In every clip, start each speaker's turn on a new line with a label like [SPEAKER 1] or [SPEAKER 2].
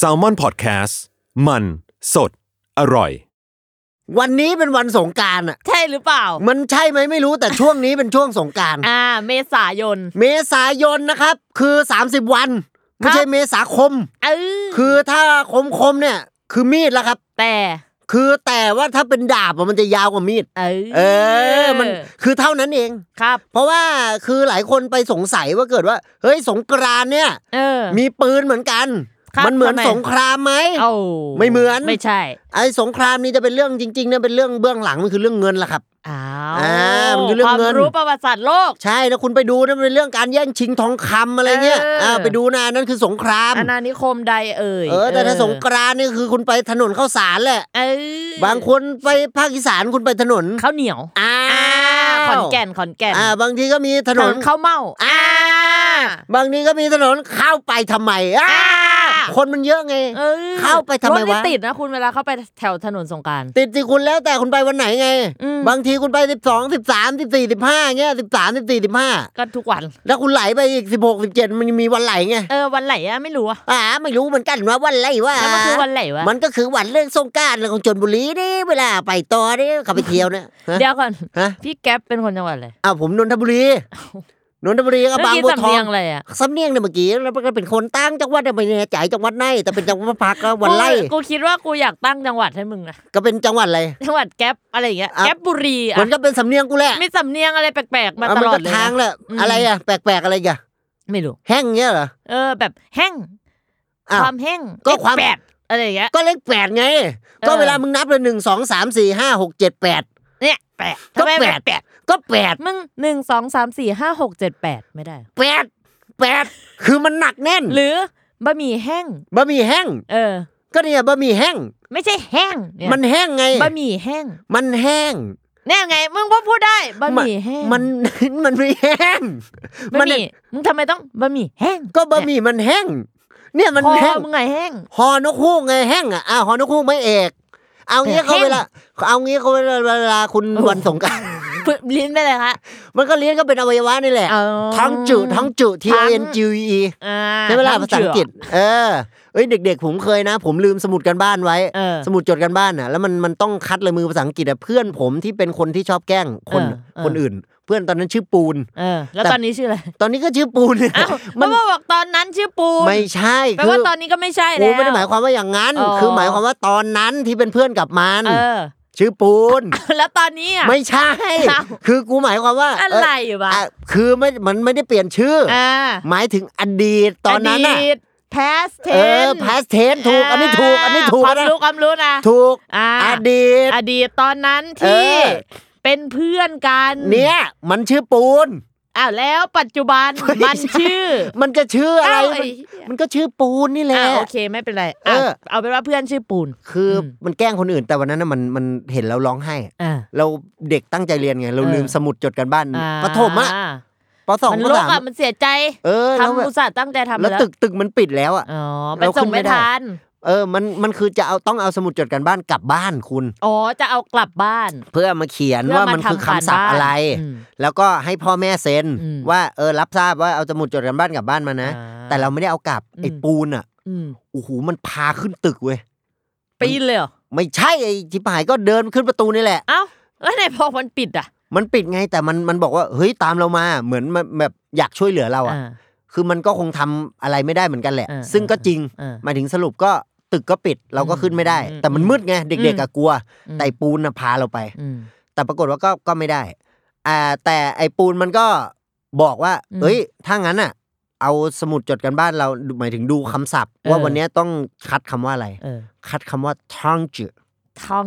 [SPEAKER 1] s a l m o n PODCAST มันสดอร่อย
[SPEAKER 2] วันนี้เป็นวันสงกรารอ่ะ
[SPEAKER 3] ใช่หรือเปล่า
[SPEAKER 2] มันใช่ไหมไม่รู้แต่ช่วงนี้เป็นช่วงสงกราร
[SPEAKER 3] อ่า เมษายน
[SPEAKER 2] เมษายนนะครับ คือ 30 วัน ไม่ใช่
[SPEAKER 3] ครับ
[SPEAKER 2] เมษาคม
[SPEAKER 3] เออ
[SPEAKER 2] คือถ้าคมคมๆเนี่ย คือมีดแล้วครับ
[SPEAKER 3] แต่
[SPEAKER 2] คือแต่ว่าถ้าเป็นดาบอะมันจะยาวกว่ามีด
[SPEAKER 3] เออ
[SPEAKER 2] เออ มันคือเท่านั้นเอง
[SPEAKER 3] ครับ
[SPEAKER 2] เพราะว่าคือหลายคนไปสงสัยว่าเกิดว่า เฮ้ยสงกรานต์เนี่ย
[SPEAKER 3] เออ
[SPEAKER 2] มีปืนเหมือนกัน
[SPEAKER 3] ครับ
[SPEAKER 2] มันเหมือน
[SPEAKER 3] ทำไม
[SPEAKER 2] สงครามไหม
[SPEAKER 3] เอา
[SPEAKER 2] ไม่เหมือน
[SPEAKER 3] ไม่ใช่
[SPEAKER 2] ไอ้สงครามนี่จะเป็นเรื่องจริงๆเนี่ยเป็นเรื่องเบื้องหลังมันคือเรื่องเงินล่ะครับ
[SPEAKER 3] อ้า
[SPEAKER 2] อ่ามันคือเรื่อง
[SPEAKER 3] ความ
[SPEAKER 2] เงิน
[SPEAKER 3] รู้ประวัติศาสตร์โลก
[SPEAKER 2] ใช่แล้วคุณไปดูนะมันเป็นเรื่องการแย่งชิงทองคำอะไรเงี้ย
[SPEAKER 3] เอออ่
[SPEAKER 2] ่าไปดูนะอันนั่นคือสงคราม
[SPEAKER 3] อาณานิคมใดเอ่ย
[SPEAKER 2] เออแต่ถ้าสงกรานต์นี่คือคุณไปถนนข้าวสารแหละ
[SPEAKER 3] เออบ
[SPEAKER 2] างคนไปภาคอีสานคุณไปถนน
[SPEAKER 3] ข้าวเหนียว
[SPEAKER 2] อ้า
[SPEAKER 3] อ่าว ขอนแก่นขอนแก่น
[SPEAKER 2] อ่าบางทีก็มีถ
[SPEAKER 3] ถ
[SPEAKER 2] น
[SPEAKER 3] น
[SPEAKER 2] น
[SPEAKER 3] นข้าวเม่า
[SPEAKER 2] อ่าบางทีก็มีถนนเข้าวไปทำไมอ่า
[SPEAKER 3] อ่า
[SPEAKER 2] คนมันเยอะไง
[SPEAKER 3] เออ
[SPEAKER 2] เข้าไปทำไม
[SPEAKER 3] รถนี่
[SPEAKER 2] วะ
[SPEAKER 3] ติดนะคุณเวลาเข้าไปแถวถนนสงกราร
[SPEAKER 2] ติดสิคุณแล้วแต่คุณไปวันไหนไง
[SPEAKER 3] อืม
[SPEAKER 2] บางทีคุณไปสิบสองสิบสามสิบสี่สิบห้าเงี้ยสิบสามสิบสี่สิบห้า
[SPEAKER 3] ก็ทุกวัน
[SPEAKER 2] แล้วคุณไหลไปอีกสิบหกสิบเจ็ดมันมีวันไหลไง
[SPEAKER 3] เออวันไหนอะไม่รู้อะ
[SPEAKER 2] อ่าไม่รู้เหมือนกันว่าวันอะไรว่า
[SPEAKER 3] แล้วมันคือวันไหนวะ
[SPEAKER 2] มันก็คือวันเรื่องสงกรารของชนบุรีนี่เวลาไปต่อนี่เขาไปเที่ยวเนี่ยฮะ
[SPEAKER 3] เดี๋ยวก่อน
[SPEAKER 2] ฮะ
[SPEAKER 3] พี่แก๊ปเป็นคนจังหวัดอะไร
[SPEAKER 2] อ้าวผมนนทบุ รีนนทบุรี
[SPEAKER 3] เมื่อบ
[SPEAKER 2] ก็าง
[SPEAKER 3] กี้
[SPEAKER 2] บัว
[SPEAKER 3] สำ
[SPEAKER 2] ทอ
[SPEAKER 3] เนีย
[SPEAKER 2] ง
[SPEAKER 3] งอะไรอะ
[SPEAKER 2] สำเนียงเนี่ยเมื่อกี้แล้วก็เป็นคนตั้งจังหวัดเนี่ยไม่แน่ใจจังหวัดไหนแต่เป็นจังหวัดพักก็วันไล่
[SPEAKER 3] กูคิดว่ากูอยากตั้งจังหวัดให้มึงนะ
[SPEAKER 2] ก็เป็นจังหวัดอะไร
[SPEAKER 3] จังหวัดแก๊ปอะไรอย่างเงี้ย
[SPEAKER 2] อ่ะ
[SPEAKER 3] แก๊ปบุรีอ่ะ
[SPEAKER 2] มันก็เป็นสำเนียงกูแหละ
[SPEAKER 3] มีสำเนียงอะไรแปลกๆมาต
[SPEAKER 2] มั
[SPEAKER 3] ลอ
[SPEAKER 2] ก็
[SPEAKER 3] ดเลย
[SPEAKER 2] ทาง
[SPEAKER 3] นะ
[SPEAKER 2] แหละ
[SPEAKER 3] อืม
[SPEAKER 2] อะไรอ่ะแปลกๆอะไรอ่ะ
[SPEAKER 3] ไม่รู้
[SPEAKER 2] แห้งเงี้ยเหรอ
[SPEAKER 3] เออแบบแห้ง
[SPEAKER 2] อ้าว
[SPEAKER 3] ความแห้ง
[SPEAKER 2] ก็ความ
[SPEAKER 3] แปดอะไรอย่างเงี้ย
[SPEAKER 2] ก็เลขแปดไง ก็
[SPEAKER 3] เออ
[SPEAKER 2] เวลามึงนับเลยหนึ่งสองสามสี่ห้าหกเจ็ดแปด
[SPEAKER 3] เนี่ยแปด
[SPEAKER 2] ก็
[SPEAKER 3] ทำไม
[SPEAKER 2] แป
[SPEAKER 3] แป
[SPEAKER 2] ด
[SPEAKER 3] ดแปด
[SPEAKER 2] ก็แปด
[SPEAKER 3] มึงหนึ่งสองสามสี่ห้าหกเจ็ดแปดไม่ได้
[SPEAKER 2] แปดแปดคือมันหนักแน่น
[SPEAKER 3] หรือบะหมี่แห้ง
[SPEAKER 2] บะหมี่แห้ง
[SPEAKER 3] เออ
[SPEAKER 2] ก็เนี่ยบะหมี่แห้ง
[SPEAKER 3] ไม่ใช่แห้งเนี่ย
[SPEAKER 2] มันแห้งไง
[SPEAKER 3] บะหมี่แห้ง
[SPEAKER 2] มันแห้ง
[SPEAKER 3] แน่ไงมึงก็พูดได้บะหมี่แห้ง
[SPEAKER 2] มัน มันไม่แห้ง
[SPEAKER 3] บะหมี่มึงทำไมต้องบะหมี่แห้ง
[SPEAKER 2] ก็บะหมี่มันแห้ง เนี่ยมัน
[SPEAKER 3] คอ
[SPEAKER 2] แห้ง
[SPEAKER 3] มึงไงแห้ง
[SPEAKER 2] ฮอนกฮูกไงแห้งอ่ะอ่ะฮอนกฮูกไม่เอก เอางี้
[SPEAKER 3] แห้ง
[SPEAKER 2] เขาเวลาเอางี้เขาเวลาเวลาคุณ
[SPEAKER 3] โอ้โห
[SPEAKER 2] วันสงกราร
[SPEAKER 3] ฝึกลิ้นไปเลยคะ
[SPEAKER 2] มันก็เลี้ยงก็เป็นอวัยวะนี่แหละ
[SPEAKER 3] เอา
[SPEAKER 2] ทั้งจุทั้งจุ T
[SPEAKER 3] ทั้
[SPEAKER 2] O
[SPEAKER 3] ง
[SPEAKER 2] N G U E
[SPEAKER 3] อ่
[SPEAKER 2] ใช่ไหมล่ะภาษาอังกฤษ เออเอ้ยเด็ก ๆ ผมเคยนะ ผมลืมสมุดกันบ้านไว้
[SPEAKER 3] เออ
[SPEAKER 2] สมุดจดกันบ้านอ่ะแล้วมันมันต้องคัดเลยมือภาษาอังกฤษอ่ะเพื่อนผมที่เป็นคนที่ชอบแกล้งคน
[SPEAKER 3] เออเออ
[SPEAKER 2] คนอื่น เพื่อนตอนนั้นชื่อปูน
[SPEAKER 3] เออแล้ว
[SPEAKER 2] แต่
[SPEAKER 3] ตอนนี้ชื่ออะไร
[SPEAKER 2] ตอนนี้ก็ชื่อปูนเนี่ย
[SPEAKER 3] อ้าว
[SPEAKER 2] มั
[SPEAKER 3] มันบอกตอนนั้นชื่อปูน
[SPEAKER 2] ไม่ใช่
[SPEAKER 3] แปล
[SPEAKER 2] คื
[SPEAKER 3] ว่า
[SPEAKER 2] อ
[SPEAKER 3] ตอนนี้ก็ไม่ใช่
[SPEAKER 2] ปู
[SPEAKER 3] แล้ว
[SPEAKER 2] นไม่ได้หมายความว่าอย่างนั้น
[SPEAKER 3] อ๋อ
[SPEAKER 2] คือหมายความว่าตอนนั้นที่เป็นเพื่อนกับมัน
[SPEAKER 3] เออ
[SPEAKER 2] ชื่อปูน
[SPEAKER 3] แล้วตอนนี้อ่ะ
[SPEAKER 2] ไม่ใช่
[SPEAKER 3] อ้าว
[SPEAKER 2] คือกูหมายความว่า
[SPEAKER 3] อะ
[SPEAKER 2] เอ้ย
[SPEAKER 3] ไรอยู่บ้า
[SPEAKER 2] อ่ะคือไม่มันไม่ได้เปลี่ยนชื่ออ
[SPEAKER 3] อ่า
[SPEAKER 2] หมายถึงอดีตตอนนั้น
[SPEAKER 3] อ
[SPEAKER 2] อ่ะ
[SPEAKER 3] ดีต past
[SPEAKER 2] เออ
[SPEAKER 3] tense
[SPEAKER 2] past tense ถูก อันนี้ถูก อันนี้ถูก
[SPEAKER 3] ความ
[SPEAKER 2] นะ
[SPEAKER 3] รู้ความรู้นะ
[SPEAKER 2] ถูก
[SPEAKER 3] อ่า
[SPEAKER 2] อดีต
[SPEAKER 3] อดีตตอนนั้น
[SPEAKER 2] เอ
[SPEAKER 3] ที่
[SPEAKER 2] อ
[SPEAKER 3] เป็นเพื่อนกัน
[SPEAKER 2] เนี่ยมันชื่อปูน
[SPEAKER 3] อ้าวแล้วปัจจุบัน
[SPEAKER 2] ไม่
[SPEAKER 3] มัน
[SPEAKER 2] ใช่
[SPEAKER 3] ชื่อ
[SPEAKER 2] มันก็ชื่ออะไร
[SPEAKER 3] เา
[SPEAKER 2] มัน
[SPEAKER 3] ไ
[SPEAKER 2] มันก็ชื่อปูนนี่แห
[SPEAKER 3] อ่า
[SPEAKER 2] ละ
[SPEAKER 3] โอเคไม่เป็นไรอ่ะ
[SPEAKER 2] เออ
[SPEAKER 3] เอาเป็นว่าเพื่อนชื่อปูน
[SPEAKER 2] คืออ
[SPEAKER 3] ม
[SPEAKER 2] มันแกล้งคนอื่นแต่วันนั้นน่ะมันมันเห็นแล้วร้องไห้อะ
[SPEAKER 3] อ่า
[SPEAKER 2] เราเด็กตั้งใจเรียนไง เรา
[SPEAKER 3] เออ
[SPEAKER 2] ลืมสมุดจดกันบ้านปฐมอะปสอง
[SPEAKER 3] มัน
[SPEAKER 2] ป
[SPEAKER 3] โลก
[SPEAKER 2] สาม
[SPEAKER 3] อะมันเสียใจ
[SPEAKER 2] เออแล้วแบ
[SPEAKER 3] ทำอุ
[SPEAKER 2] บ
[SPEAKER 3] ตส่าห์ตั้งใจทำ
[SPEAKER 2] แล้
[SPEAKER 3] แล้ว ว
[SPEAKER 2] ตึกตึกมันปิดแล้วอ่ะ
[SPEAKER 3] อ๋อไป
[SPEAKER 2] เราขึ้
[SPEAKER 3] ส่ง
[SPEAKER 2] นไม่
[SPEAKER 3] ไม่
[SPEAKER 2] ได้
[SPEAKER 3] ทัน
[SPEAKER 2] เออมันมันคือจะเอาต้องเอาสมุดจดกันบ้านกลับบ้านคุณ
[SPEAKER 3] อ๋อ จะเอากลับบ้าน
[SPEAKER 2] เพื่อมาเขียน
[SPEAKER 3] เพื่อ
[SPEAKER 2] ว่า
[SPEAKER 3] มา
[SPEAKER 2] มันคือ
[SPEAKER 3] ทำ
[SPEAKER 2] คำศัพท์
[SPEAKER 3] การบ้าน
[SPEAKER 2] อะไร
[SPEAKER 3] อืม
[SPEAKER 2] แล้วก็ให้พ่อแม่เซ็น
[SPEAKER 3] อืม
[SPEAKER 2] ว่าเออรับทราบว่าเอาสมุดจดกันบ้านกลับบ้านมานะ
[SPEAKER 3] อ่า
[SPEAKER 2] แต่เราไม่ได้เอากลับไอ้
[SPEAKER 3] อืม
[SPEAKER 2] ปูนอ่ะ
[SPEAKER 3] อืม
[SPEAKER 2] โอ้โหมันพาขึ้นตึกเว้ย
[SPEAKER 3] ปีนเลยเหรอ
[SPEAKER 2] ไม่ใช่ไอ้จิบหายก็เดินขึ้นประตูนี่แหละ
[SPEAKER 3] เอ้าแล้วไหนพอมันปิดอ่ะ
[SPEAKER 2] มันปิดไงแต่มันมันบอกว่าเฮ้ยตามเรามาเหมือนมันแบบอยากช่วยเหลือเราอ่ะ
[SPEAKER 3] อ่า
[SPEAKER 2] คือมันก็คงทำอะไรไม่ได้เหมือนกันแหละ
[SPEAKER 3] อ่า
[SPEAKER 2] ซึ่งก็จริง
[SPEAKER 3] อ่า
[SPEAKER 2] หมายถึงสรุปก็ตึกก็ปิดเราก็ขึ้นไม่ได้
[SPEAKER 3] อืม
[SPEAKER 2] แต่มันมืดไงเด็กๆอะกลัว
[SPEAKER 3] อืม
[SPEAKER 2] แต่ไอ้ปูนน่ะพาเราไป
[SPEAKER 3] อืม
[SPEAKER 2] แต่ปรากฏว่าก็ก็ไม่ได้อ่าแต่ไอ้ปูนมันก็บอกว่า
[SPEAKER 3] อืม
[SPEAKER 2] เอ้ยถ้างั้นอ่ะ เอาสมุดจดกันบ้านเราหมายถึงดูคำศัพท์
[SPEAKER 3] เออ
[SPEAKER 2] ว่าวันเนี้ยต้องคัดคำว่าอะไร
[SPEAKER 3] เออ
[SPEAKER 2] คัดคำว่าทังจือ
[SPEAKER 3] ท้อง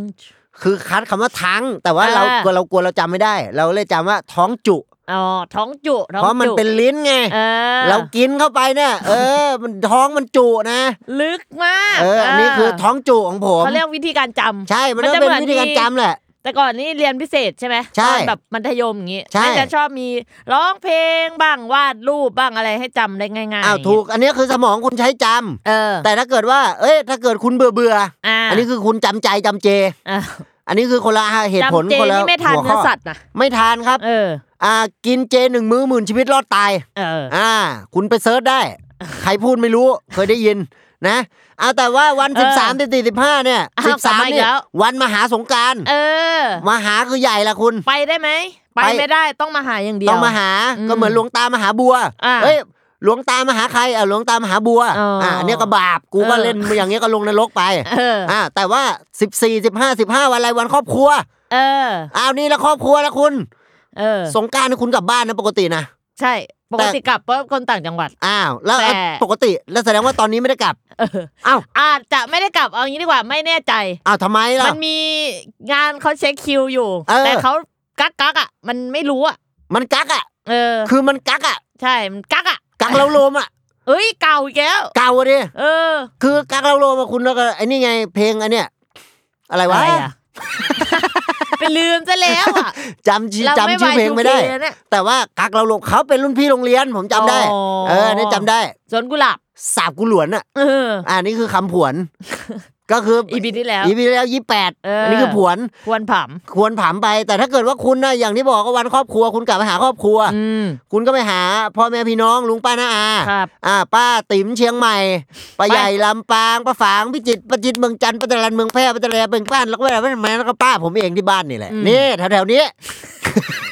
[SPEAKER 2] คือคัดคำว่าทั้ง แต่ว่า
[SPEAKER 3] อ่า
[SPEAKER 2] เรากลัวเรากลัวเราจำไม่ได้ เราเลยจำว่าท้องจุ
[SPEAKER 3] อ๋อท้องจุท้อง
[SPEAKER 2] เพราะมัน
[SPEAKER 3] จุ
[SPEAKER 2] เป็นลิ้นไง
[SPEAKER 3] เออ
[SPEAKER 2] เรากินเข้าไปเนี่ยเออ มันท้องมันจุนะ
[SPEAKER 3] ลึกมาก
[SPEAKER 2] เอออันนี้คือท้องจุของผม
[SPEAKER 3] เขาเรียกวิธีการจำ
[SPEAKER 2] ใช่ มัน
[SPEAKER 3] มัน
[SPEAKER 2] ต้อง
[SPEAKER 3] จะ
[SPEAKER 2] เป็น
[SPEAKER 3] เหมือน
[SPEAKER 2] วิธีการ
[SPEAKER 3] มี
[SPEAKER 2] จำแหละ
[SPEAKER 3] แต่ก่อนนี่เรียนพิเศษใช่ไหม
[SPEAKER 2] ใช่
[SPEAKER 3] ตอนแบบมัธยมอย่างงี้
[SPEAKER 2] ใช่
[SPEAKER 3] น่าจะชอบมีร้องเพลงบ้างวาดรูปบ้างอะไรให้จำได้ง่ายๆ
[SPEAKER 2] อ้าวถูก อันนี้คือสมองคุณใช้จำ
[SPEAKER 3] เออ
[SPEAKER 2] แต่ถ้าเกิดว่า เอ้ย ถ้าเกิดคุณเบื่อเบื่อๆ
[SPEAKER 3] อ่า
[SPEAKER 2] อันนี้คือคุณจำใจจำเจ
[SPEAKER 3] า
[SPEAKER 2] อันนี้คือคนละเหตุผล
[SPEAKER 3] จำเจ
[SPEAKER 2] คนละ
[SPEAKER 3] นี่ไม่ทาน
[SPEAKER 2] หัวข้
[SPEAKER 3] เนื้อสัตว์นะ
[SPEAKER 2] ไม่ทานครับ
[SPEAKER 3] เออ
[SPEAKER 2] อ่า กินเจหนึ่งมื้อหมื่นชีวิตรอดตาย
[SPEAKER 3] เออ
[SPEAKER 2] อ่า คุณไปเซิร์ชได้ ใครพูดไม่รู้เคยได้ยินนะเอาแต่ว่าวัน
[SPEAKER 3] เออ
[SPEAKER 2] สิบสามสิบสี่สิบห้าเนี่ย
[SPEAKER 3] อ้า
[SPEAKER 2] สิบ
[SPEAKER 3] วกลับ
[SPEAKER 2] สาม
[SPEAKER 3] มาอีก
[SPEAKER 2] เนี่ย
[SPEAKER 3] แล้ว
[SPEAKER 2] วันมหาสงกราร
[SPEAKER 3] เออ
[SPEAKER 2] มหาคือใหญ่ละคุณ
[SPEAKER 3] ไปได้ไหมไป
[SPEAKER 2] ไป
[SPEAKER 3] ไม่ได้ต้องมาหาอย่างเดียว
[SPEAKER 2] ต้องมาหา
[SPEAKER 3] อืม
[SPEAKER 2] ก็เหมือนหลวงตามหาบัว
[SPEAKER 3] อ่า
[SPEAKER 2] เอ้ยหลวงตามหาใครอ่ะหลวงตามหาบัว
[SPEAKER 3] อ๋ออ่
[SPEAKER 2] นเนี้ยก็บาปกูก็
[SPEAKER 3] เออ
[SPEAKER 2] เล่นอย่างเงี้ยก็ลงนรกไป
[SPEAKER 3] เออ
[SPEAKER 2] อ่าแต่ว่า 14 15 15วันอะไรวันครอบครัว
[SPEAKER 3] เออ
[SPEAKER 2] อ้าวนี่ละครอบครัวละคุณ
[SPEAKER 3] เออ
[SPEAKER 2] สงกรารคุณกลับบ้านนะปกตินะ
[SPEAKER 3] ใช่ ปกติกลับเพราะคนต่างจังหวัด
[SPEAKER 2] อ้าวแล้ว
[SPEAKER 3] แต่
[SPEAKER 2] ปกติแล้วแสดงว่าตอนนี้ไม่ได้กลับ
[SPEAKER 3] เออ
[SPEAKER 2] อ้าว
[SPEAKER 3] อาจจะไม่ได้กลับเอางี้ดีกว่าไม่แน่ใจ
[SPEAKER 2] อ้าวทำไมล่ะ
[SPEAKER 3] มันมีงานเขาเช็คคิวอยู่
[SPEAKER 2] เออ
[SPEAKER 3] แต่เขากักกักๆอ่ะ มันไม่รู้อ่ะ
[SPEAKER 2] มันกักอ่ะ
[SPEAKER 3] เออ
[SPEAKER 2] คือมันกักอ่ะ
[SPEAKER 3] ใช่ มันกักอ่ะ
[SPEAKER 2] กักแล้วโลมอ่ะ
[SPEAKER 3] เอ้ยเก่าอีกแล้ว
[SPEAKER 2] เก่าอะดิ
[SPEAKER 3] เออ
[SPEAKER 2] คือกักแล้วโลมอะคุณแล้วก็ไอ้นี่ไงเพลงอันเนี้ยอะไรวะ
[SPEAKER 3] อรอ่ะ ไปลืมซะแล้วอ่ะ
[SPEAKER 2] จำชื่อ
[SPEAKER 3] เรา
[SPEAKER 2] จำชื่อเพลงไม่ได้
[SPEAKER 3] วาย 2K เนี่ย
[SPEAKER 2] แต่ว่ากักเราลงเขาเป็นรุ่นพี่โรงเรียนผมจำได้
[SPEAKER 3] อ๋อ
[SPEAKER 2] เออนี่จำได้
[SPEAKER 3] สวนกุหลาบ
[SPEAKER 2] สาบกุหลวนอ่ะ
[SPEAKER 3] เออ
[SPEAKER 2] อ่านี่คือคำผวน ก็คือ
[SPEAKER 3] อีพีที่แล้ว
[SPEAKER 2] อีพีแล้วยี่แปด
[SPEAKER 3] เอออั
[SPEAKER 2] อันนี้คือผวน
[SPEAKER 3] ควรผาม
[SPEAKER 2] ควรผามไป แต่ถ้าเกิดว่าคุณนะอย่างที่บอกก็วันครอบครัว คุณกลับไปหาครอบครัว
[SPEAKER 3] อืม
[SPEAKER 2] คุณก็ไปหาพ่อแม่พี่น้องลุงป้าน้าอา
[SPEAKER 3] ครับ
[SPEAKER 2] อ่า ป้าติ๋มเชียงใหม่ป้า
[SPEAKER 3] ไป
[SPEAKER 2] ใหญ่ลำปางป้าฝางพิจิตรป้าจิตรเมืองจันทร์ป้าตะลันเมืองแพร่ป้าตะแลเมืองป้านแล้วก็ไปแล้วมาแล้วก็ป้าผมเองที่บ้านนี่แหละนี่แถวๆนี้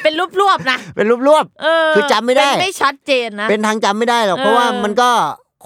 [SPEAKER 3] เป็นรวบๆนะ
[SPEAKER 2] เป็นรูปรวบ
[SPEAKER 3] เออ
[SPEAKER 2] คือจำไม่ได้
[SPEAKER 3] เป็นไม่ชัดเจนนะ
[SPEAKER 2] เป็นทางจำไม่ได้หรอก
[SPEAKER 3] เออ
[SPEAKER 2] เพราะว่ามันก็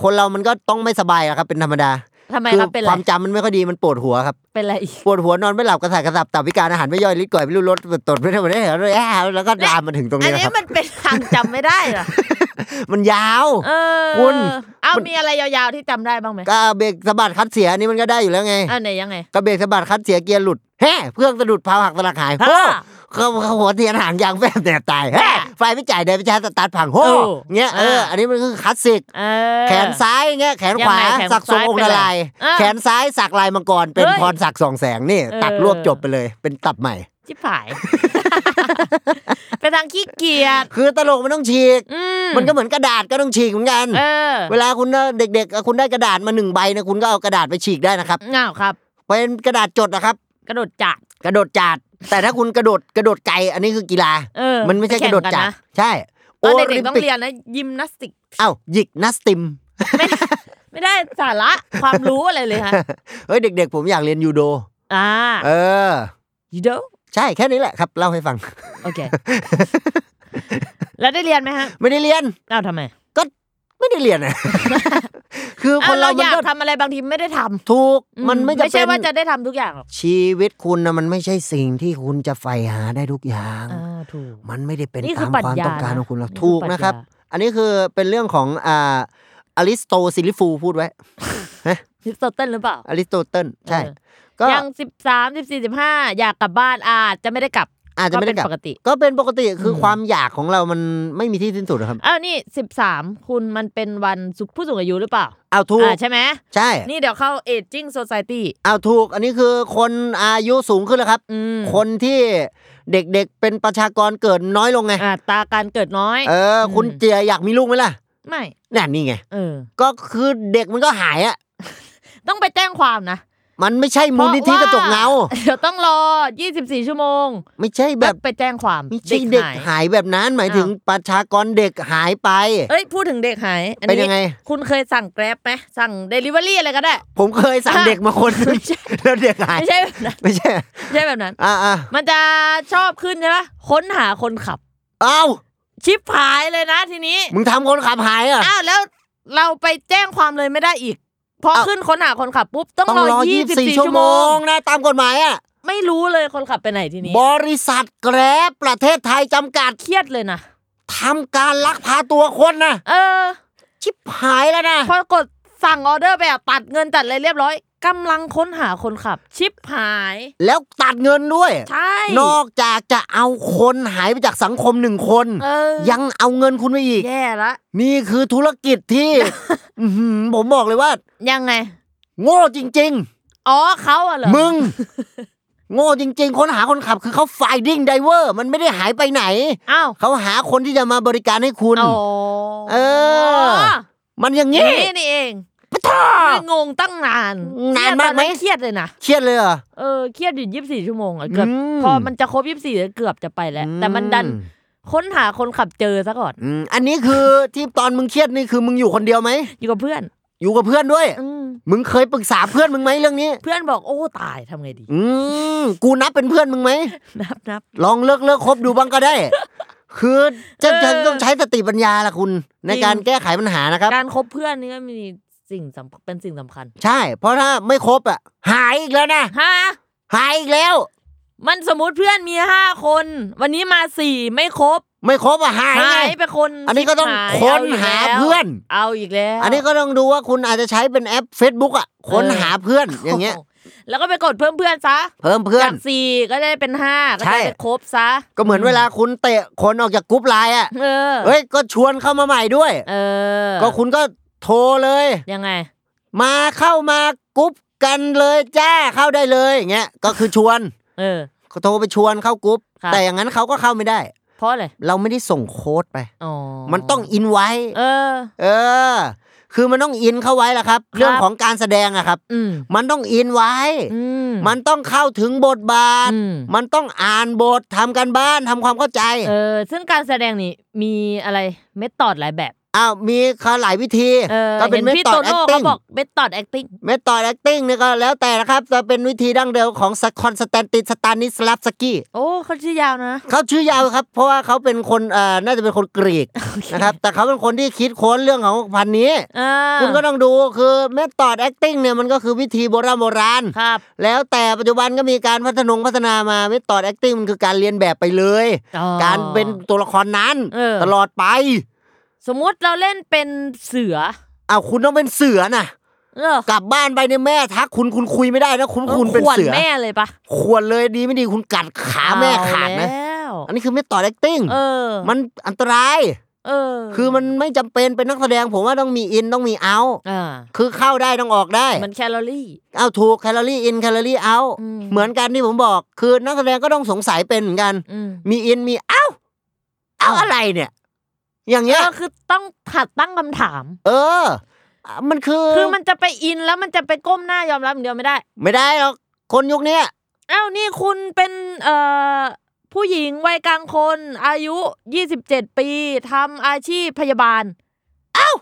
[SPEAKER 2] คนเรามันก็ต้องไม่สบายอะครับเป็นธรรมดา
[SPEAKER 3] ทำไม
[SPEAKER 2] คือ
[SPEAKER 3] ครับเป็น
[SPEAKER 2] ค
[SPEAKER 3] ไร
[SPEAKER 2] วามจำมันไม่ค่อยดีมันปวดหัวครับ
[SPEAKER 3] เป็นอะไรอีก
[SPEAKER 2] ปวดหัวนอนไม่หลับกระสายกระสับตับพิการอาหารไม่ย่อยลิ้นก่อยไม่รู้รสตดไม่ได้ไม่ได้แล้วแล้วก็ลามมาถึงตรง
[SPEAKER 3] อัน
[SPEAKER 2] นี้นะ
[SPEAKER 3] นี้
[SPEAKER 2] ครับ
[SPEAKER 3] มันเป็นทางจำไม่ได้เหรอ
[SPEAKER 2] มันยาว
[SPEAKER 3] เออ
[SPEAKER 2] คุณ
[SPEAKER 3] เอามีอะไรยาวๆที่จำได้บ้างไหม
[SPEAKER 2] ก็เบรกสะบัดคัดเสียอันนี่มันก็ได้อยู่แล้วไง
[SPEAKER 3] อันไหนยังไง
[SPEAKER 2] กระเบรกสะบัดคันเสียเกียร์หลุดแฮ่เครื่องสะดุดเพาหักสลักหายโอ้
[SPEAKER 3] ฮะ
[SPEAKER 2] เขาเขาหัวเทียนหางยางแฟบแดดตายแฮ่ไฟไม่จ่ายเดินไปชาร์จสตาร์ทพังโอ้
[SPEAKER 3] โอ้
[SPEAKER 2] เงี้ยเออ
[SPEAKER 3] ฮะ
[SPEAKER 2] อันนี้มันคือคลาสสิก
[SPEAKER 3] เออ
[SPEAKER 2] แขนซ้ายเงี้ยแขน
[SPEAKER 3] ยังไง
[SPEAKER 2] ขวา
[SPEAKER 3] แขน
[SPEAKER 2] สักทรง
[SPEAKER 3] ซ้าย
[SPEAKER 2] องค์ละลาย
[SPEAKER 3] เป็นอะไรอ่ะ
[SPEAKER 2] แขนซ้ายสักลายมังกรเป็น
[SPEAKER 3] เฮ้ย
[SPEAKER 2] พรสักดิ์สองแสงนี่
[SPEAKER 3] เออ
[SPEAKER 2] ตัดรวบจบไปเลย เป็นตับใหม่
[SPEAKER 3] จิ๋ผาย เป็นทางขี้เกียจ
[SPEAKER 2] คือตลกมันต้องฉีก
[SPEAKER 3] อื
[SPEAKER 2] มันก็เหมือนกระดาษก็ต้องฉีกเหมือนกัน
[SPEAKER 3] เออ
[SPEAKER 2] เวลาคุณน่ะเด็กๆคุณได้กระดาษมาหนึ่งใบนะคุณก็เอากระดาษไปฉีกได้นะครับ
[SPEAKER 3] เงาวครับ
[SPEAKER 2] เป็นกระดาษจดนะครับ
[SPEAKER 3] กระโดดจัด
[SPEAKER 2] กระโดดจาดแต่ถ้าคุณกระโดดกระโดดไกลอันนี้คือกีฬา
[SPEAKER 3] เออ
[SPEAKER 2] มันไม่ใช่กระโดดจัด
[SPEAKER 3] แข่งนนะ
[SPEAKER 2] ใช่
[SPEAKER 3] ตอนเด็กๆต้องเรียนนะยิมนาสติก
[SPEAKER 2] เอ้าหยิกนัสติม
[SPEAKER 3] ไม่ได้ไม่ได้สาระความรู้อะไรเลยฮะ
[SPEAKER 2] เฮ้ยเด็ก ๆ ผมอยากเรียนยูโด
[SPEAKER 3] อ่า
[SPEAKER 2] เออ
[SPEAKER 3] ยูโด
[SPEAKER 2] ใช่แค่นี้แหละครับ เล่าให้ฟัง
[SPEAKER 3] โอเค แล้วได้เรียนไหมฮะ
[SPEAKER 2] ไม่ได้เรียน
[SPEAKER 3] เอ้าวทำไม
[SPEAKER 2] ไม่ได้เรียนอะ คือค
[SPEAKER 3] อ้าวน เรา
[SPEAKER 2] เรา
[SPEAKER 3] อ
[SPEAKER 2] มัน
[SPEAKER 3] ยาก
[SPEAKER 2] ก็
[SPEAKER 3] ทำอะไรบางทีไม่ได้ทำ
[SPEAKER 2] ถูก
[SPEAKER 3] อื
[SPEAKER 2] มันไม่
[SPEAKER 3] ไม่
[SPEAKER 2] จะ
[SPEAKER 3] ใช่
[SPEAKER 2] เป็
[SPEAKER 3] ว่าน จะได้ทำทุกอย่างหรอก
[SPEAKER 2] ชีวิตคุณนะมันไม่ใช่สิ่งที่คุณจะใฝ่หาได้ทุกอย่าง
[SPEAKER 3] อ่าถูก
[SPEAKER 2] มันไม่ได้เป็น
[SPEAKER 3] นี่คื
[SPEAKER 2] ตา
[SPEAKER 3] อ
[SPEAKER 2] ม
[SPEAKER 3] ปรัช
[SPEAKER 2] ความ
[SPEAKER 3] ญา
[SPEAKER 2] ต้องการ
[SPEAKER 3] นะ
[SPEAKER 2] ของคุณหรอก
[SPEAKER 3] นี่คือ
[SPEAKER 2] ถูก
[SPEAKER 3] ปรัชญาน
[SPEAKER 2] นะครับ อันนี้คือเป็นเรื่องของอ่าอริสโตซิลิฟูพูดไว้
[SPEAKER 3] ฮิสโตเติลหรือเปล่า
[SPEAKER 2] อริสโตเติลใช่
[SPEAKER 3] เออ
[SPEAKER 2] ก็
[SPEAKER 3] ยังสิบสามสิบสี่สิบห้าอยากกลับบ้านอาจจะไม่ได้กลับ
[SPEAKER 2] อาจจะไม่ได้กลับ
[SPEAKER 3] เป็นปกติ
[SPEAKER 2] ก็เป็นปกติคืออ
[SPEAKER 3] ม
[SPEAKER 2] ความอยากของเรามันไม่มีที่สิ้นสุดหรอกครับ
[SPEAKER 3] อ้าวนี่สิบสามคุณมันเป็นวันสุผู้สูงอายุหรือเปล่า
[SPEAKER 2] เอาถูก
[SPEAKER 3] อ่าใช่ไหม
[SPEAKER 2] ใช่
[SPEAKER 3] นี่เดี๋ยวเข้าเอจจิ้งโซซ i ตี้
[SPEAKER 2] เอาถูกอันนี้คือคนอายุสูงขึ้นแล้วครับ
[SPEAKER 3] อืม
[SPEAKER 2] คนที่เด็กๆเป็นประชากรเกิดน้อยลงไง
[SPEAKER 3] อ่าตราการเกิดน้อย
[SPEAKER 2] เออ คุณ
[SPEAKER 3] อืม
[SPEAKER 2] เจียอยากมีลูกไหมล่ะ
[SPEAKER 3] ไม่
[SPEAKER 2] นั่นนี่ไง
[SPEAKER 3] เออ
[SPEAKER 2] ก็คือเด็กมันก็หายอ่ะ
[SPEAKER 3] ต้องไปแจ้งความนะ
[SPEAKER 2] มันไม่ใช่มูลนิธิกระจกเงา
[SPEAKER 3] พะ ว่เดี๋ยวต้องรอ 24 ชั่วโมง
[SPEAKER 2] ไม่ใช่แบ
[SPEAKER 3] แบบ
[SPEAKER 2] บ
[SPEAKER 3] ไปแจ้งความ
[SPEAKER 2] ไม่ใช่เด็ก
[SPEAKER 3] หาย
[SPEAKER 2] หายแบบนั้นหมายถึงประชากรเด็กหายไป
[SPEAKER 3] เอ้ยพูดถึงเด็กหายอัน
[SPEAKER 2] เป็น
[SPEAKER 3] นี้
[SPEAKER 2] ยังไง
[SPEAKER 3] คุณเคยสั่งแกร็บไหมสั่งเดลิเวอรี่อะไรก็ได้
[SPEAKER 2] ผมเคยสั่งเด็กมาคนหนึ่ง
[SPEAKER 3] ไม่ใช่
[SPEAKER 2] แล้วเด็กหาย
[SPEAKER 3] ไม่ใช่แบบนั้น
[SPEAKER 2] ไม่ใช่
[SPEAKER 3] ไม่ใช่แบบนั้น
[SPEAKER 2] อ่าอ่า
[SPEAKER 3] มันจะชอบขึ้นใช่ปะค้นหาคนขับ
[SPEAKER 2] เอ้า
[SPEAKER 3] ชิปหายเลยนะทีนี้
[SPEAKER 2] มึงทำคนขับหายอ่ะ
[SPEAKER 3] อ้าวแล้วเราไปแจ้งความเลยไม่ได้อีก พอ
[SPEAKER 2] อ้าว
[SPEAKER 3] ขึ้นค้นหาคนขับปุ๊บ ต้อง
[SPEAKER 2] ต้อง
[SPEAKER 3] ร
[SPEAKER 2] ร
[SPEAKER 3] อ
[SPEAKER 2] อ24
[SPEAKER 3] 24
[SPEAKER 2] ชั่
[SPEAKER 3] ชั่
[SPEAKER 2] ว
[SPEAKER 3] ว
[SPEAKER 2] โม
[SPEAKER 3] โมง
[SPEAKER 2] งนะตามกฎหมายอ่ะ
[SPEAKER 3] ไม่รู้เลยคนขับไปไหนทีนี้
[SPEAKER 2] บริษัทแกร็บประเทศไทยจำกัด
[SPEAKER 3] เครียดเลยนะ
[SPEAKER 2] ทำการลักพาตัวคนนะ
[SPEAKER 3] เออ
[SPEAKER 2] ชิบหายแล้วนะ
[SPEAKER 3] พอกดสั่งออเดอร์ไปอะตัดเงินตัดเลยเรียบร้อย กำลังค้นหาคนขับ ชิปหาย
[SPEAKER 2] แล้วตัดเงินด้วย
[SPEAKER 3] ใช่
[SPEAKER 2] นอกจากจะเอาคนหายไปจากสังคมหนึ่งคน
[SPEAKER 3] เออ
[SPEAKER 2] ยังเอาเงินคุณไปอีก
[SPEAKER 3] แย่ละ
[SPEAKER 2] นี่คือธุรกิจที่ อื้อหือผมบอกเลยว่า
[SPEAKER 3] ยังไง
[SPEAKER 2] โง่จริง
[SPEAKER 3] อ๋อเขาอะเหรอ
[SPEAKER 2] ๆ มึง โง่จริง ๆ คนหาคนขับคือเขา finding driver มันไม่ได้หายไปไหน
[SPEAKER 3] อ้าว
[SPEAKER 2] เขาหาคนที่จะมาบริการให้คุณ
[SPEAKER 3] อ๋อ
[SPEAKER 2] เออ มันอย่างนี้
[SPEAKER 3] นี่นี่เองไม่งงตั้งนาน
[SPEAKER 2] นานมากไหม
[SPEAKER 3] เครียดเลยนะ
[SPEAKER 2] เครียดเลยเหรอ
[SPEAKER 3] เออเครียดอยู่ยี่สิบสี่ชั่วโมงอะเกือบ
[SPEAKER 2] อืม
[SPEAKER 3] พอมันจะครบยี่สิบสี่เกือบจะไปแล้ว แต่มันดัน
[SPEAKER 2] อื
[SPEAKER 3] ค้นหาคนขับเจอซะก่อน
[SPEAKER 2] อืมอันนี้คือที่ตอนมึงเครียดนี่คือมึงอยู่คนเดียวไหม
[SPEAKER 3] อยู่กับเพื่อน
[SPEAKER 2] อยู่กับเพื่อนด้วย
[SPEAKER 3] อืม
[SPEAKER 2] มึงเคยปรึกษาเพื่อนมึงไหมเรื่องนี้
[SPEAKER 3] เพื่อนบอกโอ้ตายทำไงดี
[SPEAKER 2] อืมกูนับเป็นเพื่อนมึงไหม
[SPEAKER 3] นับนับ
[SPEAKER 2] ลองเลิกเลิกคบดูบ้าง ก็ได้ คือจะ
[SPEAKER 3] เออ
[SPEAKER 2] ต้องใช้สติปัญญาล่ะคุณ ในการ
[SPEAKER 3] จริง
[SPEAKER 2] แก้ไขปัญหานะครับ
[SPEAKER 3] การคบเพื่อนนี่ก็มีสิ่งสำคัญเป็นสิ่งสำคัญ
[SPEAKER 2] ใช่ เพราะถ้าไม่ครบอ่ะ หายอีกแล้วนะ
[SPEAKER 3] ฮะ
[SPEAKER 2] หายอีกแล้ว
[SPEAKER 3] มันสมมติเพื่อนมีห้าคน วันนี้มาสี่ไม่ครบ
[SPEAKER 2] ไม่ครบอ่ะหาย
[SPEAKER 3] หา
[SPEAKER 2] ไง
[SPEAKER 3] ยไปคน
[SPEAKER 2] อันนี้ก็ต้อง
[SPEAKER 3] ชิบย
[SPEAKER 2] ค้นหา
[SPEAKER 3] แล้ว
[SPEAKER 2] เพื่อน
[SPEAKER 3] เอาอีกแล้ว
[SPEAKER 2] อันนี้ก็ต้องดูว่าคุณอาจจะใช้เป็นแอป Facebook อ่ะ ค้นหาเพื่อนอย่างเงี้ย
[SPEAKER 3] โแล้วก็ไปกดเพิ่มเพื่อนซะ
[SPEAKER 2] เพิ่มเพื่อน
[SPEAKER 3] จากสี่ก็ได้เป็นห้าก็
[SPEAKER 2] ใช่
[SPEAKER 3] จะได้ครบซะ
[SPEAKER 2] ก็เหมือนเวลาคุณเตะคนออกจากกรุ๊ปไลน์อ่ะ
[SPEAKER 3] เออ
[SPEAKER 2] เฮ้ย ก็ชวนเข้ามาใหม่ด้วย
[SPEAKER 3] เออ
[SPEAKER 2] ก็คุณก็โทรเลย
[SPEAKER 3] ยังไง
[SPEAKER 2] มาเข้ามากรุ๊ปกันเลยจ้าเข้าได้เลยอย่างเงี้ยก็คือชวน
[SPEAKER 3] เออ
[SPEAKER 2] โทรไปชวนเข้ากรุ๊ป
[SPEAKER 3] ครับ
[SPEAKER 2] แต่อย่างนั้นเขาก็เข้าไม่ได้
[SPEAKER 3] เพราะอะไร
[SPEAKER 2] เราไม่ได้ส่งโค้ดไป
[SPEAKER 3] อ๋อ
[SPEAKER 2] มันต้องอินไว้
[SPEAKER 3] เออ
[SPEAKER 2] เออ คือมันต้องอินเข้าไว้ละครับ เรื่องของการแสดงอะครับ
[SPEAKER 3] อืม
[SPEAKER 2] มันต้องอินไว้
[SPEAKER 3] อืม
[SPEAKER 2] มันต้องเข้าถึงบทบาท
[SPEAKER 3] อืม
[SPEAKER 2] มันต้องอ่านบททำกันบ้านทำความเข้าใจ
[SPEAKER 3] เออ ซึ่งการแสดงนี่มีอะไรเมธอดหลายแบบ
[SPEAKER 2] อ้าวมีเขาหลายวิธี
[SPEAKER 3] เออ
[SPEAKER 2] ก็เป็
[SPEAKER 3] เห็
[SPEAKER 2] น
[SPEAKER 3] น
[SPEAKER 2] เม
[SPEAKER 3] พี่
[SPEAKER 2] ทอ
[SPEAKER 3] โต
[SPEAKER 2] ดแอค
[SPEAKER 3] โน่เขา
[SPEAKER 2] ติ้ง
[SPEAKER 3] บอกเมธอด acting
[SPEAKER 2] เมทอดแอคติ้งนี่ก็แล้วแต่นะครับจะเป็นวิธีดั้งเดิมของคอนสแตนตินสตานิสลาฟสกี้
[SPEAKER 3] โอ้เขาชื่อยาวนะ
[SPEAKER 2] เขาชื่อยาวครับ เพราะว่าเขาเป็นคนเอ่อน่าจะเป็นคนกรีกนะครับ แต่เขาเป็นคนที่คิดค้นเรื่องของพันธุ์นี้
[SPEAKER 3] อ่า
[SPEAKER 2] คุณก็ต้องดูคือเมธอดแอคติ้งเนี่ยมันก็คือวิธีโบราณโบราณ
[SPEAKER 3] ครับ
[SPEAKER 2] แล้วแต่ปัจจุบันก็มีการพัฒนงพัฒนามาเมธอดแอคติ้งมันคือการเรียนแบบไปเลย
[SPEAKER 3] อ๋อ
[SPEAKER 2] การเป็นตัวละครนั้น
[SPEAKER 3] เออ
[SPEAKER 2] ตลอดไป
[SPEAKER 3] สมมุติเราเล่นเป็นเสือ
[SPEAKER 2] อ้าวคุณต้องเป็นเสือนะ
[SPEAKER 3] เออก
[SPEAKER 2] ลับบ้านไปเนี่ยแม่ทักคุณคุณคุยไม่ได้นะคุณ
[SPEAKER 3] ออ
[SPEAKER 2] คุณเป็น
[SPEAKER 3] ขวญ
[SPEAKER 2] เสือ
[SPEAKER 3] แม่เลยปะ
[SPEAKER 2] ควรเลยดีไม่ดีคุณกัดขาแม่ขาดนะ
[SPEAKER 3] เอแล้ว
[SPEAKER 2] อันนี้คือเมธอดแอคติ้ง
[SPEAKER 3] เออ
[SPEAKER 2] มันอันตราย
[SPEAKER 3] เออ
[SPEAKER 2] คือมันไม่จำเป็นเป็นนักแสดงผมว่าต้องมีอินต้องมีเอา
[SPEAKER 3] อ่า
[SPEAKER 2] คือเข้าได้ต้องออกได้
[SPEAKER 3] มันแคลอรี่
[SPEAKER 2] เอาถูกแคลอรี่อินแคลอรี่เอา
[SPEAKER 3] อืม
[SPEAKER 2] เหมือนกันที่ผมบอก คือนักแสดงก็ต้องสงสัยเป็นเหมือนกัน
[SPEAKER 3] อืม
[SPEAKER 2] มีอินมีเอาเอาอะไรเนี่ย อย่างเงี้ย
[SPEAKER 3] ก็คือต้องผัดตั้งคำถาม
[SPEAKER 2] เออ มันคือ
[SPEAKER 3] คือมันจะไปอินแล้วมันจะไปก้มหน้ายอมรับอย่างเดียวไม่ได้
[SPEAKER 2] ไม่ได้หรอกคนยุคเนี้ย
[SPEAKER 3] อ้าวนี่คุณเป็นเอ่อผู้หญิงวัยกลางคน อายุ 27 ปีทำอาชีพพยาบาล อ้าว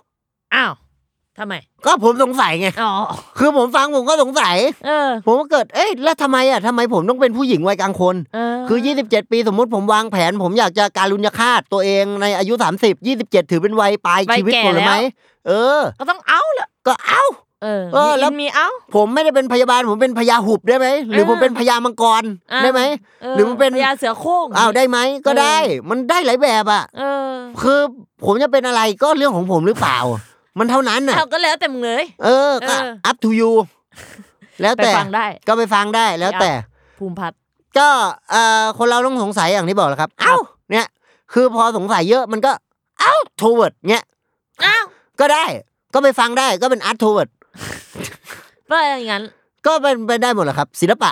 [SPEAKER 3] อ้าวทำไม
[SPEAKER 2] ก็ผมสงสัยไง
[SPEAKER 3] อ๋อ
[SPEAKER 2] คือผมฟังผมก็สงสัย
[SPEAKER 3] เออ
[SPEAKER 2] ผมก็เกิดเอ๊ะแล้วทำไมอ่ะทำไมผมต้องเป็นผู้หญิงวัยกลางคน
[SPEAKER 3] เออ
[SPEAKER 2] คือ 27 ปีสมมุติผมวางแผน ผมอยากจะการุญยฆาตตัวเองในอายุ 30 27 ถือเป็นวัยปลายชีวิตผมเลยไหมเออ
[SPEAKER 3] ก็ต้องเอาแหละ
[SPEAKER 2] ก็เอ้า
[SPEAKER 3] เออ
[SPEAKER 2] เออ
[SPEAKER 3] มี
[SPEAKER 2] แล้ว
[SPEAKER 3] นมีเอา
[SPEAKER 2] ผมไม่ได้เป็นพยาบาล ผมเป็นพยาหุบได้ไหม หรือ
[SPEAKER 3] เออ
[SPEAKER 2] ผมเป็นพยามังกร
[SPEAKER 3] อ่า
[SPEAKER 2] ได้ไหม หรือมันเป็น
[SPEAKER 3] พยาเสือโคร่ง
[SPEAKER 2] อ้าวได้ไหมก็ได้ มันได้หลายแบบอ่ะ
[SPEAKER 3] เออ
[SPEAKER 2] คือผมจะเป็นอะไรก็เรื่องของผมหรือเปล่า มันเท่านั้นน่ะ
[SPEAKER 3] เอาก็แล้วแต่มึงเลย
[SPEAKER 2] เออก็
[SPEAKER 3] เออ
[SPEAKER 2] up to you แล้ว
[SPEAKER 3] ไป
[SPEAKER 2] แต่
[SPEAKER 3] ฟังได้
[SPEAKER 2] ก็ไปฟังได้แล้วแต่
[SPEAKER 3] ภูมิพัฒน์
[SPEAKER 2] ก็เอ่อคนเราต้องสงสัยอย่างที่บอกแหละครับ เอ้า เนี่ย คือพอสงสัยเยอะมันก็ เอ้า toward เงี้ย
[SPEAKER 3] อ้าว
[SPEAKER 2] ก็ได้ ก็ไปฟังได้ ก็เป็น art toward
[SPEAKER 3] ก็อย่างนั้น
[SPEAKER 2] ก็เป็นไปได้หมดแหละครับ ศิลปะ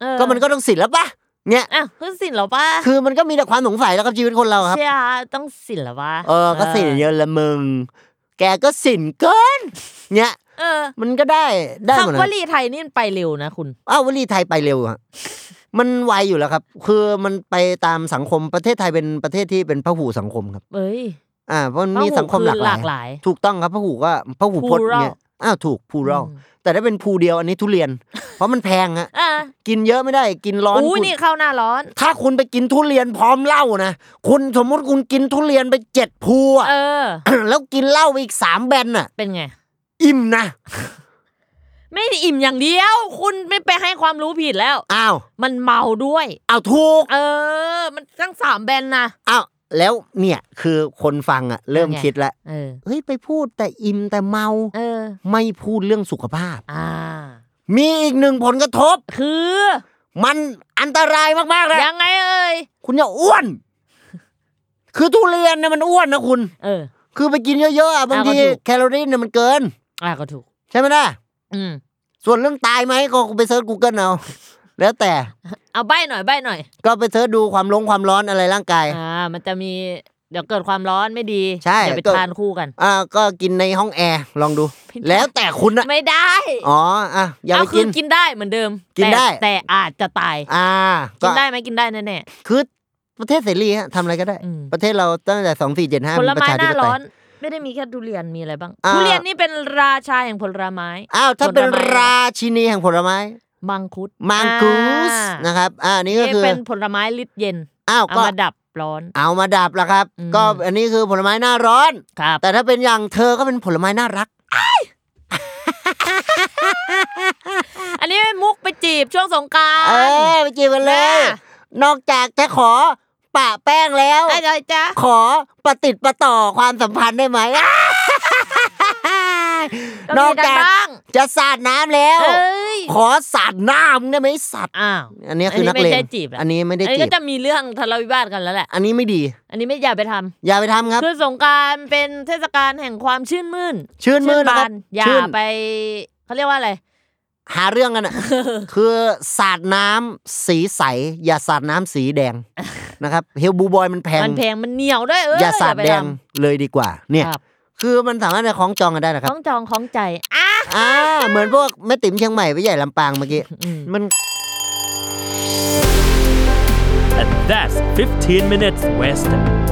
[SPEAKER 3] เออ
[SPEAKER 2] ก็มันก็ต้องศิลปะเงี้ย
[SPEAKER 3] อ้าวคือศิลปะ
[SPEAKER 2] คือมันก็มีแต่ความสงสัยแล้วครับชีวิตคนเราครับ
[SPEAKER 3] เชียต้องศิลปะ
[SPEAKER 2] เออ ก็สินเยอะละมึง แกก็สินเกิน เนี้ย
[SPEAKER 3] เออ
[SPEAKER 2] มันก็ได้ ได้หมด
[SPEAKER 3] คำ
[SPEAKER 2] นะคว รับ
[SPEAKER 3] ลีไทยนี่มันไปเร็วนะคุณ
[SPEAKER 2] อ้าววลีไทยไปเร็วอะมันไวอยู่แล้วครับ คือมันไปตามสังคม ประเทศไทยเป็นประเทศที่เป็นพหูสังคมครับ
[SPEAKER 3] เอ้ย
[SPEAKER 2] อ่า เพราะมันมีสังคมหลากหลาย ถูกต้องครับพหูก็พหูพจน์
[SPEAKER 3] Plural
[SPEAKER 2] เนี้ย อ้าว ถูกพูรอล
[SPEAKER 3] อืม
[SPEAKER 2] แต่ถ้าเป็นภูเดียวอันนี้ทุเรียน เพราะมันแพงฮะ
[SPEAKER 3] อ่ะ
[SPEAKER 2] กินเยอะไม่ได้ กินร้อน
[SPEAKER 3] อู้
[SPEAKER 2] คุณ
[SPEAKER 3] นี่เข้าหน้าร้อน
[SPEAKER 2] ถ้าคุณไปกินทุเรียนพร้อมเหล้านะ คุณสมมติคุณกินทุเรียนไปเจ็ดภูอะ
[SPEAKER 3] เออ
[SPEAKER 2] แล้วกินเหล้าไปอีกสามแบนน่ะ
[SPEAKER 3] เป็นไง
[SPEAKER 2] อิ่มนะ
[SPEAKER 3] ไม่ได้อิ่มอย่างเดียว คุณไม่ไปให้ความรู้ผิดแล้ว
[SPEAKER 2] อ้าว
[SPEAKER 3] มันเมาด้วย
[SPEAKER 2] อ้าวถูก
[SPEAKER 3] เออ มันตั้งสามแบนนะ
[SPEAKER 2] อ้าวแล้วเนี่ยคือคนฟังอ่ะ เริ่ม
[SPEAKER 3] เป็นไง
[SPEAKER 2] คิดแล้ว
[SPEAKER 3] เออ
[SPEAKER 2] เฮ้ยไปพูดแต่อิ่มแต่เมา
[SPEAKER 3] เออ
[SPEAKER 2] ไม่พูดเรื่องสุขภาพ
[SPEAKER 3] อ่า
[SPEAKER 2] มีอีกหนึ่งผลกระทบ
[SPEAKER 3] คือ
[SPEAKER 2] มันอันตรายมากๆเลย
[SPEAKER 3] ยังไงเอ่ย
[SPEAKER 2] คุณอย่าอ้วน คือทุเรียนเนี่ยมันอ้วนนะคุณ
[SPEAKER 3] เออ
[SPEAKER 2] คือไปกินเยอะๆอะบาง
[SPEAKER 3] อ่ะก็
[SPEAKER 2] ที
[SPEAKER 3] ถูก
[SPEAKER 2] แคลอรี่เนี่ยมันเกิน
[SPEAKER 3] อ่ะก็ถูก
[SPEAKER 2] ใช่ไหมล่ะ
[SPEAKER 3] อืม
[SPEAKER 2] ส่วนเรื่องตายไหมก็ไปเซิร์ช Google เอา แล้วแต่
[SPEAKER 3] เอาใบหน่อยใบหน่อย
[SPEAKER 2] ก็ไปเซิร์ชดูความร้งความร้อนอะไรร่างกาย
[SPEAKER 3] อ่า มันจะมีเดี๋ยวเกิดความร้อนไม่ดี
[SPEAKER 2] ใช่
[SPEAKER 3] อย่าไป
[SPEAKER 2] ก็
[SPEAKER 3] ทานคู่กัน
[SPEAKER 2] อ่าก็กินในห้องแอร์ลอง ดู แล้วแต่คุณนะ
[SPEAKER 3] ไม่ได้
[SPEAKER 2] อ๋ออ่ะอย่าไป
[SPEAKER 3] เอาคื
[SPEAKER 2] กิ
[SPEAKER 3] อน กินได้เหมือนเดิม
[SPEAKER 2] กิน
[SPEAKER 3] แต่
[SPEAKER 2] ได้
[SPEAKER 3] แต่อาจจะตาย
[SPEAKER 2] อ่า
[SPEAKER 3] กิ
[SPEAKER 2] ก็
[SPEAKER 3] นได้ไหมกินได้แน่
[SPEAKER 2] คือประเทศเสรีฮะทำอะไรก็ได้
[SPEAKER 3] ๆอืม
[SPEAKER 2] ประเทศเราตั้งแต่สองสี่เจ็ดห้า
[SPEAKER 3] ผล
[SPEAKER 2] ป
[SPEAKER 3] ไม้
[SPEAKER 2] ระชา
[SPEAKER 3] ห
[SPEAKER 2] ธิ
[SPEAKER 3] น้า
[SPEAKER 2] ปไต
[SPEAKER 3] ร้อย น ไม่ได้มีแค่ทุเรียนมีอะไรบ้าง
[SPEAKER 2] อ่า
[SPEAKER 3] ทุเรียนนี่เป็นราชาแห่งผลไม้
[SPEAKER 2] อ้าวถ้า
[SPEAKER 3] ผลไม้
[SPEAKER 2] เป็นราชินีแห่งผลไม้
[SPEAKER 3] มังคุด
[SPEAKER 2] มังคุส
[SPEAKER 3] อ่า
[SPEAKER 2] นะครับ อ่านี่ก็
[SPEAKER 3] นี่
[SPEAKER 2] คือ
[SPEAKER 3] เป็นผลไม้ลิตเย็น
[SPEAKER 2] อ้าว
[SPEAKER 3] เอา
[SPEAKER 2] ก็
[SPEAKER 3] มาดับร้อน
[SPEAKER 2] เอามาดับละครับ
[SPEAKER 3] อืม
[SPEAKER 2] ก็อันนี้คือผลไม้หน้าร้อน
[SPEAKER 3] ครับ
[SPEAKER 2] แต่ถ้าเป็นอย่างเธอก็เป็นผลไม้น่ารัก
[SPEAKER 3] อันนี้เป็นมุกไปจีบช่วงสงกราร
[SPEAKER 2] เออไปจีบกันเลย
[SPEAKER 3] น่ะ
[SPEAKER 2] นอกจากจะขอปะแป้งแล้ว
[SPEAKER 3] อะไรจ๊ะ
[SPEAKER 2] ขอประติดประต่อความสัมพันธ์ได้ ไหมอ้า นอกจาก
[SPEAKER 3] มีบ้าง
[SPEAKER 2] จะสาดน้ำแล้ว
[SPEAKER 3] เอ้ย
[SPEAKER 2] ขอสาดน้ำได้ไหมสัตว์
[SPEAKER 3] อ้าว
[SPEAKER 2] อันนี้คือ
[SPEAKER 3] อั
[SPEAKER 2] นั
[SPEAKER 3] น
[SPEAKER 2] ก
[SPEAKER 3] นี้
[SPEAKER 2] เล
[SPEAKER 3] ไม่
[SPEAKER 2] ง
[SPEAKER 3] ใช่จีบอะ
[SPEAKER 2] อันนี้ไม่
[SPEAKER 3] อั
[SPEAKER 2] ได้
[SPEAKER 3] น
[SPEAKER 2] จี
[SPEAKER 3] นี้ก็
[SPEAKER 2] บ
[SPEAKER 3] จะมีเรื่องทะเลาะวิวาทกันแล้วแหละ
[SPEAKER 2] อันนี้ไม่ดี
[SPEAKER 3] อันนี้ไม่อย่าไปทำ
[SPEAKER 2] อย่าไปทำครับ
[SPEAKER 3] คือสงกรารเป็นเทศกาลแห่งความชื่นมื่น
[SPEAKER 2] ชื่นมือนะครับ
[SPEAKER 3] บานอย่า
[SPEAKER 2] ชื่น
[SPEAKER 3] ไปเขาเรียกว่าอะไร
[SPEAKER 2] หาเรื่องกัน อ่ะ คือสาดน้ำสีใส อย่าสาดน้ำสีแดง นะครับ เฮลบูบอยมันแพง
[SPEAKER 3] มันแพงมันเหนียวด้วยเอออย่
[SPEAKER 2] อาสาด
[SPEAKER 3] ไป
[SPEAKER 2] แด
[SPEAKER 3] ทำ
[SPEAKER 2] งเลยดีกว่า เนี่ย
[SPEAKER 3] ครับ
[SPEAKER 2] คือมันสามารถจะคล้องจองกันได้นะครับ
[SPEAKER 3] ต้องจองของใจอ่ะ
[SPEAKER 2] อ่าเหมือนพวกแม่ติ๋มเชียงใหม่ไปใหญ่ลำปางเมื่อกี้
[SPEAKER 3] อืม
[SPEAKER 2] มัน
[SPEAKER 4] And that's 15 minutes west.